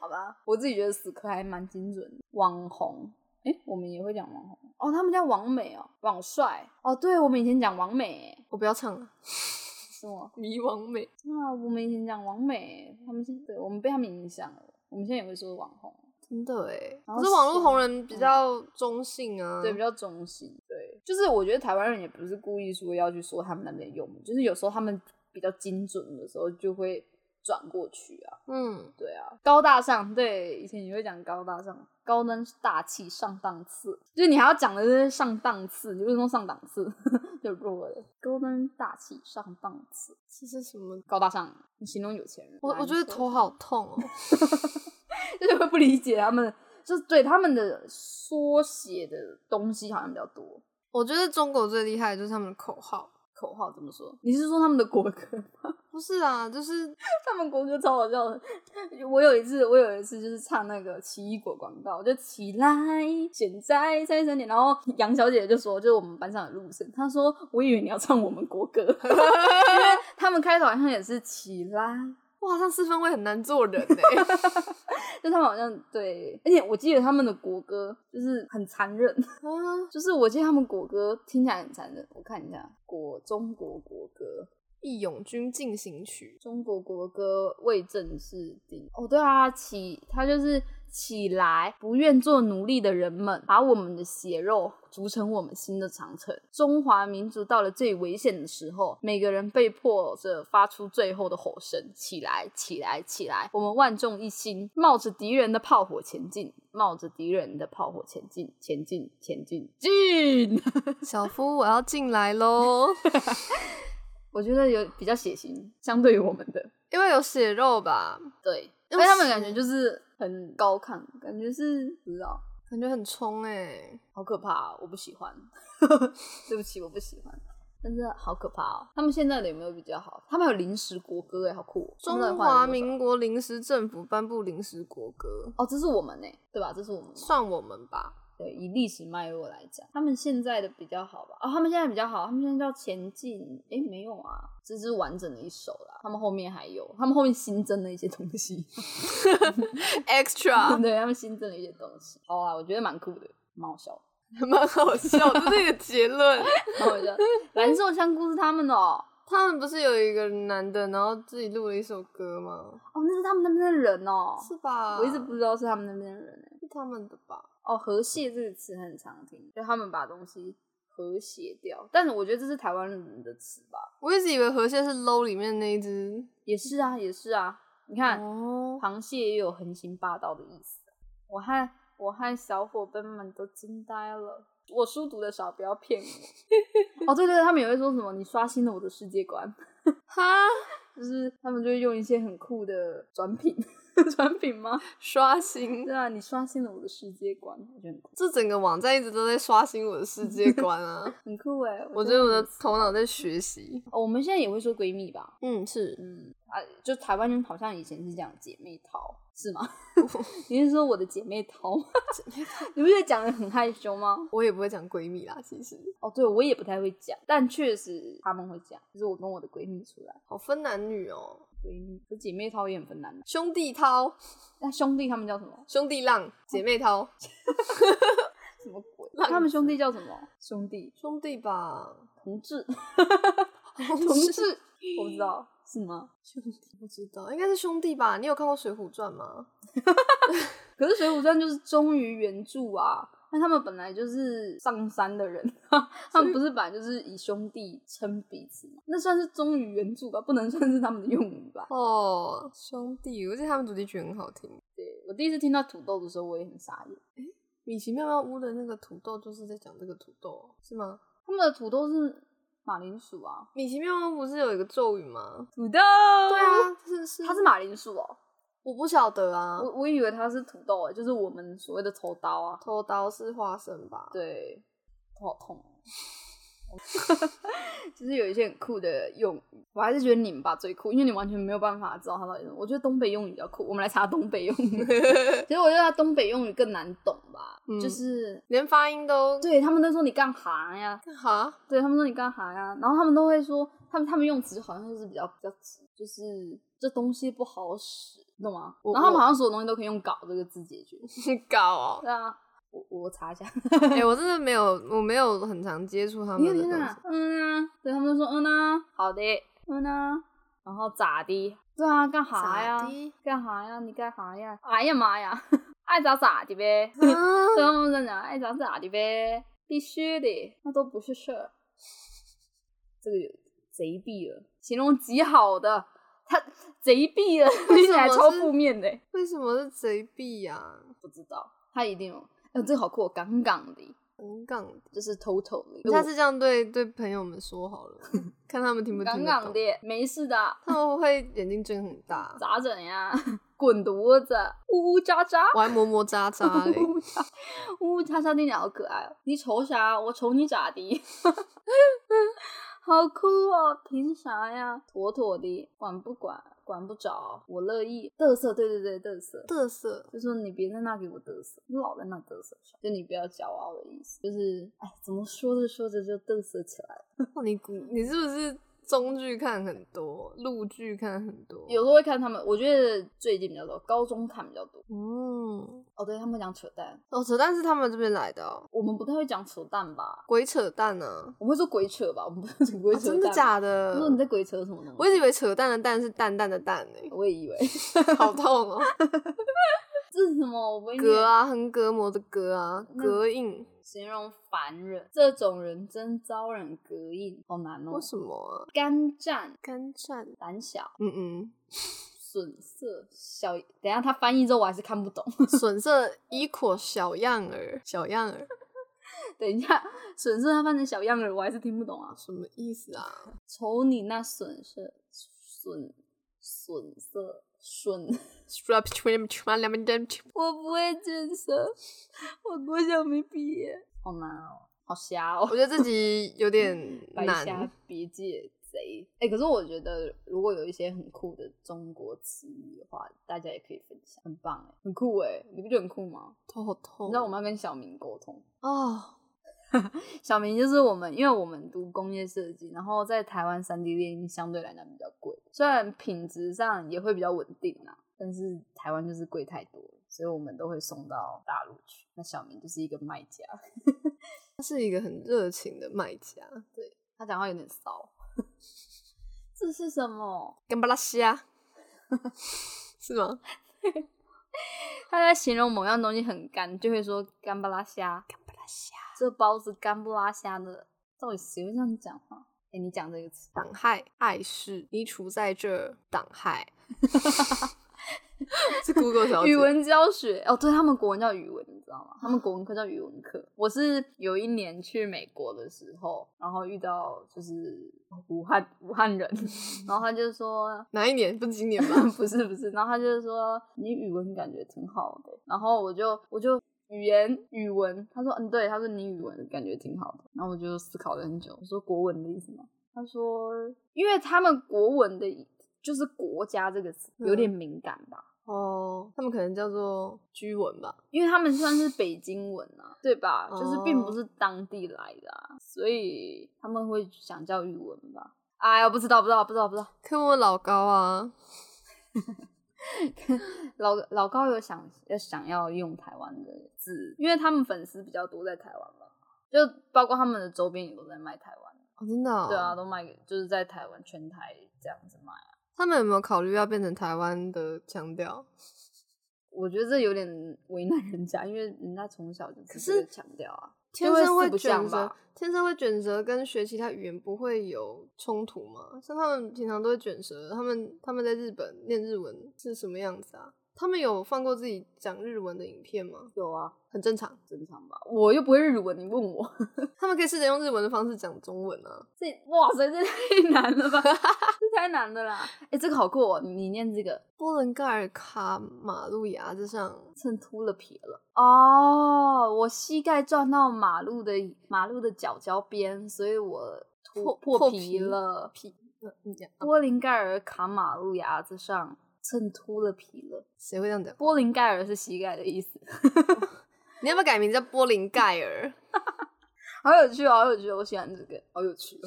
Speaker 1: 好吧，我自己觉得死磕还蛮精准的。网红，哎、我们也会讲网红哦，他们叫网美哦，网帅哦，对我们以前讲网美、欸，
Speaker 2: 我不要唱了，
Speaker 1: 什么？
Speaker 2: 迷惘美
Speaker 1: 啊，我们以前讲网美，他们现对我们被他们影响了，我们现在也会说网红，
Speaker 2: 真的哎，
Speaker 1: 然
Speaker 2: 可
Speaker 1: 后
Speaker 2: 是网络
Speaker 1: 是嗯
Speaker 2: 红人比较中性啊，
Speaker 1: 对，比较中性。对，就是我觉得台湾人也不是故意说要去说他们那边的用语，就是有时候他们比较精准的时候就会转过去啊。
Speaker 2: 嗯，
Speaker 1: 对啊，高大上，对，以前也会讲高大上，高端大气上档次，就是你还要讲的是上档次，你不能说上档次 [LAUGHS] 就弱了，高端大气上档次，
Speaker 2: 这是什么？
Speaker 1: 高大上，你形容有钱人。
Speaker 2: 我我觉得
Speaker 1: 难说
Speaker 2: 头好痛哦，
Speaker 1: [LAUGHS] 就是会不理解他们，就是对他们的缩写的东西好像比较多。
Speaker 2: 我觉得中国最厉害的就是他们的口号，
Speaker 1: 口号怎么说？你是说他们的国歌？
Speaker 2: 不是啊，就是
Speaker 1: 他们国歌超好笑的。我有一次，我有一次就是唱那个奇异果广告，我就起来，现在才三点。然后杨小姐就说，就是我们班上的陆生，她说我以为你要唱我们国歌，因为他们开头好像也是起来，
Speaker 2: 我好像四分会很难做人 [LAUGHS] 哎、
Speaker 1: 就他们好像对，而且我记得他们的国歌就是很残忍。 [LAUGHS]
Speaker 2: 啊，
Speaker 1: 就是我记得他们国歌听起来很残忍，我看一下，国中国国歌，
Speaker 2: 义勇军进行曲，
Speaker 1: 中国国歌为政是敌。哦，对啊，起，他就是起来，不愿做奴隶的人们，把我们的血肉筑成我们新的长城。中华民族到了最危险的时候，每个人被迫着发出最后的吼声：起来，起来，起来！我们万众一心，冒着敌人的炮火前进，冒着敌人的炮火前进，前进，前进， [LAUGHS] 进！
Speaker 2: 小夫我要进来 [LAUGHS] 喽，
Speaker 1: 我觉得有比较血腥，相对于我们的，
Speaker 2: 因为有血肉吧，
Speaker 1: 对，因
Speaker 2: 因
Speaker 1: 为
Speaker 2: 为
Speaker 1: 他们感觉就是很高亢，感觉是不知道，
Speaker 2: 感觉很冲哎、
Speaker 1: 好可怕、哦，我不喜欢。 [LAUGHS] 对不起，我不喜欢。但是好可怕哦！他们现在的有没有比较好？他们有临时国歌哎，好酷、哦！他们到底换了
Speaker 2: 中
Speaker 1: 多少
Speaker 2: 华民国临时政府颁布临时国歌，
Speaker 1: 哦，这是我们呢，对吧？这是我们
Speaker 2: 算我们吧。
Speaker 1: 对，以历史脉络来讲，他们现在的比较好吧？哦，他们现在比较好，他们现在叫前进，诶，没有啊，这是完整的一首啦。他们后面还有，他们后面新增了一些东西， [LAUGHS]
Speaker 2: Extra
Speaker 1: 对他们新增了一些东西。好啊，我觉得蛮酷的，蛮好笑的，
Speaker 2: 蛮好笑，这是一个结论。
Speaker 1: 蛮好笑的。蓝瘦香菇是他们的哦，
Speaker 2: 他们不是有一个男的，然后自己录了一首歌吗？
Speaker 1: 哦，那是他们那边的人哦，
Speaker 2: 是吧？
Speaker 1: 我一直不知道是他们那边的人哎。
Speaker 2: 是他们的吧？
Speaker 1: 哦，和谐这个词很常听，就他们把东西和谐掉，但是我觉得这是台湾人的词吧？
Speaker 2: 我一直以为河蟹是 low 里面那一只。
Speaker 1: 也是啊，也是啊，你看。
Speaker 2: 哦，
Speaker 1: 螃蟹也有横行霸道的意思。啊我和我和小伙伴们都惊呆了。我书读的少，不要骗我。
Speaker 2: [LAUGHS]
Speaker 1: 哦，对对，他们也会说什么你刷新了我的世界观，
Speaker 2: 哈，
Speaker 1: 就是他们就会用一些很酷的转品， [LAUGHS] 转品吗？
Speaker 2: 刷新
Speaker 1: 对，啊，你刷新了我的世界观，我觉得很酷，
Speaker 2: 这整个网站一直都在刷新我的世界观啊！
Speaker 1: [LAUGHS] 很酷哎、
Speaker 2: 我觉得我的头脑在学习。
Speaker 1: 哦，我们现在也会说闺蜜吧？
Speaker 2: 嗯，是
Speaker 1: 嗯啊，就台湾人好像以前是讲姐妹淘，是 [LAUGHS] 吗？你是说我的姐妹淘吗？ [LAUGHS] 你不觉得讲的很害羞吗？
Speaker 2: 我也不会讲闺蜜啦，其实
Speaker 1: 哦，对我也不太会讲，但确实他们会讲，就是我跟我的闺蜜出来，
Speaker 2: 好分男女哦，
Speaker 1: 闺蜜可姐妹淘也很分难的。
Speaker 2: 兄弟涛、
Speaker 1: 那兄弟他们叫什么？
Speaker 2: 兄弟浪、姐妹涛，
Speaker 1: 什么鬼？
Speaker 2: 浪子
Speaker 1: 他们兄弟叫什么？兄弟
Speaker 2: 兄弟吧，
Speaker 1: 同志，
Speaker 2: 同
Speaker 1: 同志， [LAUGHS] 我不知道是吗？
Speaker 2: 兄弟不知道，应该是兄弟吧？你有看过《水浒传》吗？
Speaker 1: 可是《水浒传》就是忠于原著啊。那他们本来就是上山的人， [LAUGHS] 他们不是本来就是以兄弟称彼此吗？那算是忠于原著吧，不能算是他们的用语吧？
Speaker 2: 哦，兄弟，我记得他们主题曲很好听，《
Speaker 1: 对我第一次听到土豆的时候，我也很傻眼。
Speaker 2: 米奇妙妙屋》的那个土豆就是在讲这个土豆，是吗？
Speaker 1: 他们的土豆是马铃薯啊，
Speaker 2: 米奇妙妙屋不是有一个咒语吗？
Speaker 1: 土豆。
Speaker 2: 对
Speaker 1: 对
Speaker 2: 啊，是是，
Speaker 1: 它是马铃薯哦，
Speaker 2: 我不晓得啊，
Speaker 1: 我我以为它是土豆诶，就是我们所谓的头刀啊。
Speaker 2: 头刀是花生吧？，
Speaker 1: 对，头好痛哦。 [LAUGHS] 就是有一些很酷的用语，我还是觉得你们吧最酷，因为你完全没有办法知道它到底是什么。我觉得东北用语比较酷，我们来查东北用语。 [LAUGHS] 其实我觉得它东北用语更难懂吧，
Speaker 2: 嗯
Speaker 1: 就是
Speaker 2: 连发音都
Speaker 1: 对他们都说你干哈呀，
Speaker 2: [LAUGHS] 哈，
Speaker 1: 对他们说你干哈呀，然后他们都会说，他们他们用词好像就是比较比较直，就是这东西不好使，你懂吗？
Speaker 2: 我
Speaker 1: 然后他
Speaker 2: 我
Speaker 1: 们好像所有东西都可以用“搞”这个字解决。 [LAUGHS]
Speaker 2: 很高哦。
Speaker 1: 对啊，我我查一下。
Speaker 2: [LAUGHS] 哎、我真的没有，我没有很常接触他们
Speaker 1: 你
Speaker 2: 的
Speaker 1: 天
Speaker 2: 东
Speaker 1: 哪
Speaker 2: 西，，
Speaker 1: 嗯啊，对他们就说嗯啊，好的，嗯啊，然后咋的？对啊，干哈
Speaker 2: 咋
Speaker 1: 呀
Speaker 2: 的？
Speaker 1: 干哈呀？你干哈呀？哎呀妈呀， [LAUGHS] 爱咋咋的呗。 [LAUGHS]
Speaker 2: 啊 [LAUGHS]
Speaker 1: 对他们在讲爱咋咋的呗，必须的，那都不是事儿。这个有贼必了，形容极好的，他贼必了，听起来超负面的。
Speaker 2: 为什么是贼币呀、
Speaker 1: 不知道，他一定有，哎、这个好酷、哦，杠杠的，
Speaker 2: 很杠的，
Speaker 1: 就是 total 的，
Speaker 2: 我下次这样对对朋友们说
Speaker 1: [LAUGHS]
Speaker 2: 好了，看他们听不听
Speaker 1: 杠
Speaker 2: 得
Speaker 1: 杠
Speaker 2: 懂。
Speaker 1: 的，没事的，
Speaker 2: 他们会眼睛睁很大，
Speaker 1: 咋整呀？ [LAUGHS] 滚犊子，呜呜喳喳。
Speaker 2: 我还磨磨
Speaker 1: [LAUGHS]
Speaker 2: 喳喳嘞。
Speaker 1: 呜呜喳呜呜喳喳，听起来好可爱哦！你瞅啥？我瞅你咋的？ [LAUGHS] 好酷哦！凭啥呀？妥妥的，管不管，管不着，我乐意。嘚瑟，对对对，嘚瑟，
Speaker 2: 特色，
Speaker 1: 就说你别在那给我嘚瑟，你老在那嘚瑟啥，就你不要骄傲的意思。就是，哎，怎么说着说着就嘚瑟起来了？
Speaker 2: 哇哦你古你是不是中剧看很多，陆剧看很多？
Speaker 1: 有时候会看他们，我觉得最近比较多，高中看比较多。
Speaker 2: 嗯，
Speaker 1: 哦，对他们讲扯淡，
Speaker 2: 哦，扯淡是他们这边来的、哦，
Speaker 1: 我们不太会讲扯淡吧？
Speaker 2: 鬼扯淡呢、
Speaker 1: 我们会说鬼扯吧，我们不会讲鬼
Speaker 2: 啊
Speaker 1: 扯、
Speaker 2: 真的假的？
Speaker 1: 我说你在鬼扯什么呢？
Speaker 2: 我一直以为扯淡的蛋是淡淡的蛋
Speaker 1: [LAUGHS]
Speaker 2: 呢、
Speaker 1: 我也
Speaker 2: [LAUGHS]
Speaker 1: 以为
Speaker 2: 好痛
Speaker 1: [LAUGHS]
Speaker 2: 哦！
Speaker 1: 这是什么？我不会念
Speaker 2: 隔啊，横隔膜的隔啊，
Speaker 1: 那
Speaker 2: 隔硬，
Speaker 1: 形容凡人，这种人真遭人膈应，好难哦
Speaker 2: 为。什么啊？
Speaker 1: 干战、
Speaker 2: 干站，
Speaker 1: 胆小、
Speaker 2: 嗯嗯，
Speaker 1: 损色、小……等一下他翻译之后我还是看不懂。 [LAUGHS]
Speaker 2: 损色 equal 小样儿，小样儿
Speaker 1: 等一下，损色他翻成小样儿，我还是听不懂啊。
Speaker 2: 什么意思啊？
Speaker 1: 瞅你那损色、损损色顺， [LAUGHS] 我不会建设， [LAUGHS] 我国小没毕业，好难哦，好瞎哦
Speaker 2: [LAUGHS] 我，觉得自己有点
Speaker 1: 白瞎
Speaker 2: 难。
Speaker 1: 别界贼。哎、可是我觉得如果有一些很酷的中国词语的话，大家也可以分享，很棒哎、很酷哎、你不觉得很酷吗？
Speaker 2: 头好痛
Speaker 1: 你知道我们要跟小明沟通，
Speaker 2: 哦，
Speaker 1: 小明就是我们，因为我们读工业设计，然后在台湾三 D 列印相对来讲比较贵，虽然品质上也会比较稳定啦，但是台湾就是贵太多了，所以我们都会送到大陆去。那小明就是一个卖家，
Speaker 2: 他是一个很热情的卖家，
Speaker 1: 他讲话有点骚。 [LAUGHS] 这是什么？
Speaker 2: 干巴拉西啊，
Speaker 1: [LAUGHS]
Speaker 2: 是吗？
Speaker 1: 他在形容某样东西很干，就会说干巴拉啊虾，
Speaker 2: 干巴拉西，
Speaker 1: 这包子干不拉虾的。到底谁会这样讲话？哎、你讲这个词，
Speaker 2: 党害碍事，你处在这儿党
Speaker 1: [LAUGHS]
Speaker 2: 害，是 Google 小姐
Speaker 1: 语文教学哦，对他们国文叫语文，你知道吗？他们国文课叫语文课。我是有一年去美国的时候，然后遇到就是武汉武汉人，然后他就说。
Speaker 2: 哪一年？不是今年
Speaker 1: [LAUGHS]
Speaker 2: 吧？
Speaker 1: 不是不是，然后他就是说你语文感觉挺好的，然后我就我就语言语文，他说嗯对，他说你语文感觉挺好的，然后我就思考了很久，我说国文的意思吗？他说因为他们国文的就是国家这个词有点敏感吧，
Speaker 2: 哦，他们可能叫做居文吧。
Speaker 1: 因为他们算是北京文啊，对吧？就是并不
Speaker 2: 哦
Speaker 1: 是当地来的、啊，所以他们会想叫语文吧？哎呀，不知道，不知道，不知道，不知道。
Speaker 2: 看我老高啊，
Speaker 1: 老老高有想要想要用台湾的字，因为他们粉丝比较多在台湾嘛，就包括他们的周边也都在卖台湾，
Speaker 2: 哦、真的、哦？
Speaker 1: 对啊，，都卖给就是在台湾全台这样子卖。
Speaker 2: 他们有没有考虑要变成台湾的腔调？
Speaker 1: 我觉得这有点为难人家，因为人家从小就可
Speaker 2: 是
Speaker 1: 强调啊，
Speaker 2: 天
Speaker 1: 就
Speaker 2: 生
Speaker 1: 会四
Speaker 2: 会
Speaker 1: 不像
Speaker 2: 卷舌
Speaker 1: 吧，
Speaker 2: 天生会卷舌，跟学其他语言不会有冲突吗？像他们平常都会卷舌，他们他们在日本念日文是什么样子啊？他们有放过自己讲日文的影片吗？
Speaker 1: 有啊，
Speaker 2: 很正常，
Speaker 1: 正常吧？我又不会日文，你问我。 [LAUGHS]
Speaker 2: 他们可以试着用日文的方式讲中文啊。
Speaker 1: 这哇塞，这太难了 [LAUGHS] 吧？这太难了啦！哎、这个好酷哦，你念这个
Speaker 2: 波伦盖尔卡马路牙子上，
Speaker 1: 蹭秃了皮了哦，我膝盖撞到马路的马路的角角边，所以我突
Speaker 2: 破
Speaker 1: 破
Speaker 2: 破
Speaker 1: 皮
Speaker 2: 皮
Speaker 1: 了。
Speaker 2: 屁，呃你讲
Speaker 1: 波林盖尔卡马路牙子上蹭秃了皮了。
Speaker 2: 谁会这样讲？
Speaker 1: 波林盖尔是膝盖的意思，
Speaker 2: 你要不要改名叫波林盖尔？ [LAUGHS]
Speaker 1: 好有趣哦，好有趣哦，我喜欢这个，好有趣 [LAUGHS] 哦。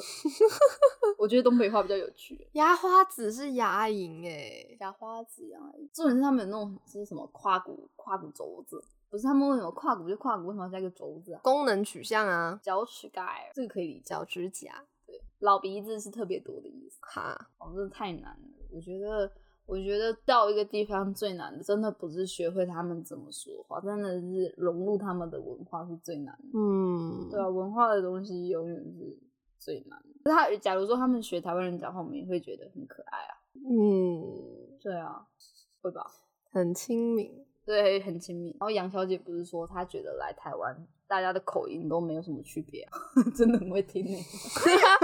Speaker 1: 我觉得东北话比较有趣。
Speaker 2: 牙花子是牙龈哎、
Speaker 1: 牙花子一样而已。重点是他们有那种是什么胯骨胯骨轴子，不是他们为什么胯骨就胯骨，为什么要加一个轴子啊？
Speaker 2: 功能取向啊，
Speaker 1: 脚趾盖这个可以理解，
Speaker 2: 脚趾甲
Speaker 1: 老鼻子是特别多的意思。
Speaker 2: 哈。
Speaker 1: 哦，真的太难了，我觉得。我觉得到一个地方最难的，真的不是学会他们怎么说话，真的是融入他们的文化是最难的。
Speaker 2: 嗯，
Speaker 1: 对啊，文化的东西永远是最难的。可是他假如说他们学台湾人讲话，我们也会觉得很可爱啊。
Speaker 2: 嗯，
Speaker 1: 对啊，会吧？
Speaker 2: 很亲民。
Speaker 1: 对，很亲密。然后杨小姐不是说她觉得来台湾大家的口音都没有什么区别、啊， [LAUGHS] 真的很会听 [LAUGHS] 呢、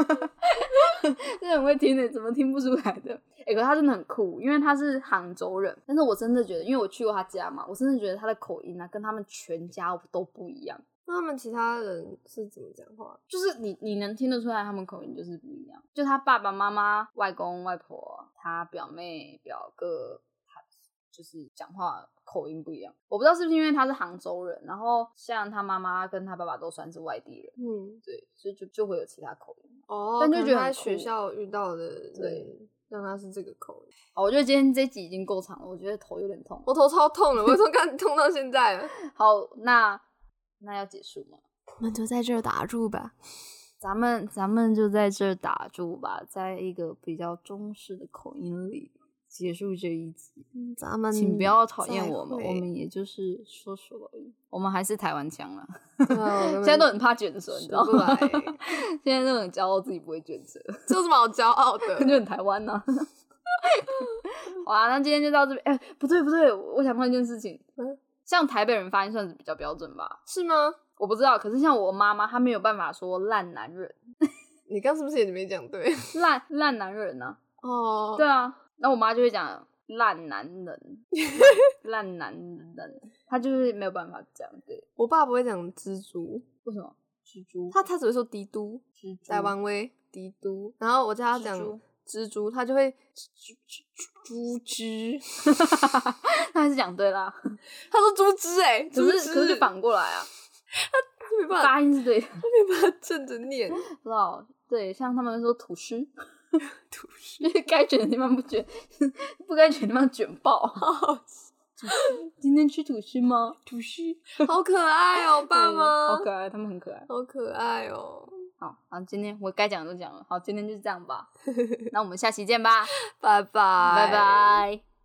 Speaker 1: 真的很会听呢、怎么听不出来的？哎、可是她真的很酷，因为她是杭州人，但是我真的觉得，因为我去过她家嘛，我真的觉得她的口音啊，跟他们全家都不一样。
Speaker 2: 那他们其他人是怎么讲话？
Speaker 1: 就是你你能听得出来他们口音就是不一样，就他爸爸妈妈、外公外婆、他表妹表哥，他就是讲话口音不一样。我不知道是不是因为他是杭州人，然后像他妈妈跟他爸爸都算是外地人，
Speaker 2: 嗯，
Speaker 1: 对，所以就就会有其他口音。
Speaker 2: 哦
Speaker 1: 但
Speaker 2: 但
Speaker 1: 就
Speaker 2: 就
Speaker 1: 觉得
Speaker 2: 觉得在
Speaker 1: 很
Speaker 2: 学
Speaker 1: 酷
Speaker 2: 校遇到的
Speaker 1: 对
Speaker 2: 人，让他是这个口音。
Speaker 1: 好，我觉得今天这集已经够长了，我觉得头有点痛。
Speaker 2: 我头超痛了，我从刚痛到现在了。 [LAUGHS]
Speaker 1: 好，那那要结束吗？
Speaker 2: 我们就在这儿打住吧。
Speaker 1: 咱们咱们就在这儿打住吧，在一个比较中式的口音里结束这一集。
Speaker 2: 嗯咱们
Speaker 1: 请不要讨厌我们，
Speaker 2: 再
Speaker 1: 我
Speaker 2: 会
Speaker 1: 们也就是说说而已，我们还是台湾腔啦。
Speaker 2: 对啊我
Speaker 1: 现
Speaker 2: 们
Speaker 1: 在都很哦怕卷舌，你
Speaker 2: 学
Speaker 1: 知道
Speaker 2: 不
Speaker 1: 吗，
Speaker 2: 来？
Speaker 1: [LAUGHS] 现在都很骄傲自己不会卷舌，
Speaker 2: [LAUGHS]
Speaker 1: [LAUGHS]
Speaker 2: 这有什么好骄傲的？
Speaker 1: 就很台湾呢、 [LAUGHS] 好啊，那今天就到这边。哎、不对不对，我想问一件事情，
Speaker 2: 嗯
Speaker 1: [LAUGHS] 像台北人发音算是比较标准吧？
Speaker 2: 是吗？
Speaker 1: 我不知道，可是像我妈妈，她没有办法说烂男人，
Speaker 2: 你刚是不是也没讲对？
Speaker 1: 烂烂男人呢、
Speaker 2: [LAUGHS] 哦，
Speaker 1: 对啊，然后我妈就会讲烂男
Speaker 2: [LAUGHS]
Speaker 1: 人，烂男人，她就是没有办法这样对。
Speaker 2: 我爸不会讲蜘蛛，
Speaker 1: 为什么？蜘蛛，
Speaker 2: 他他只会说迪都，
Speaker 1: 蜘蛛
Speaker 2: 台湾威迪都，然后我叫他讲
Speaker 1: 蜘 [LAUGHS] 蛛
Speaker 2: 嗯蜘蛛，他就会蜘蛛蛛 [LAUGHS] 蜘，
Speaker 1: 她还是讲对
Speaker 2: [LAUGHS]
Speaker 1: 啦，
Speaker 2: 他说猪蜘哎、欸，
Speaker 1: 可
Speaker 2: 猪
Speaker 1: 是
Speaker 2: 蜘
Speaker 1: 可是就反过来
Speaker 2: [LAUGHS]
Speaker 1: 啊，
Speaker 2: 他没办法，
Speaker 1: 发音是对的，
Speaker 2: 他没办法正着
Speaker 1: [LAUGHS]
Speaker 2: 念，
Speaker 1: 不知道对，像他们说吐司，
Speaker 2: [LAUGHS] 吐司
Speaker 1: 就是 [LAUGHS] 该卷的地方不卷， [LAUGHS] 不该卷的地方卷
Speaker 2: [LAUGHS]
Speaker 1: 爆。今天吃吐司吗？
Speaker 2: 吐司，好可爱哦、爸
Speaker 1: 嗯
Speaker 2: 妈，
Speaker 1: 好可爱，他们很可爱。
Speaker 2: 好可爱哦、
Speaker 1: 好，好，今天我该讲
Speaker 2: [LAUGHS]
Speaker 1: 的都讲了，好，今天就这样吧，那我们下期见吧，
Speaker 2: 拜拜，
Speaker 1: 拜。拜。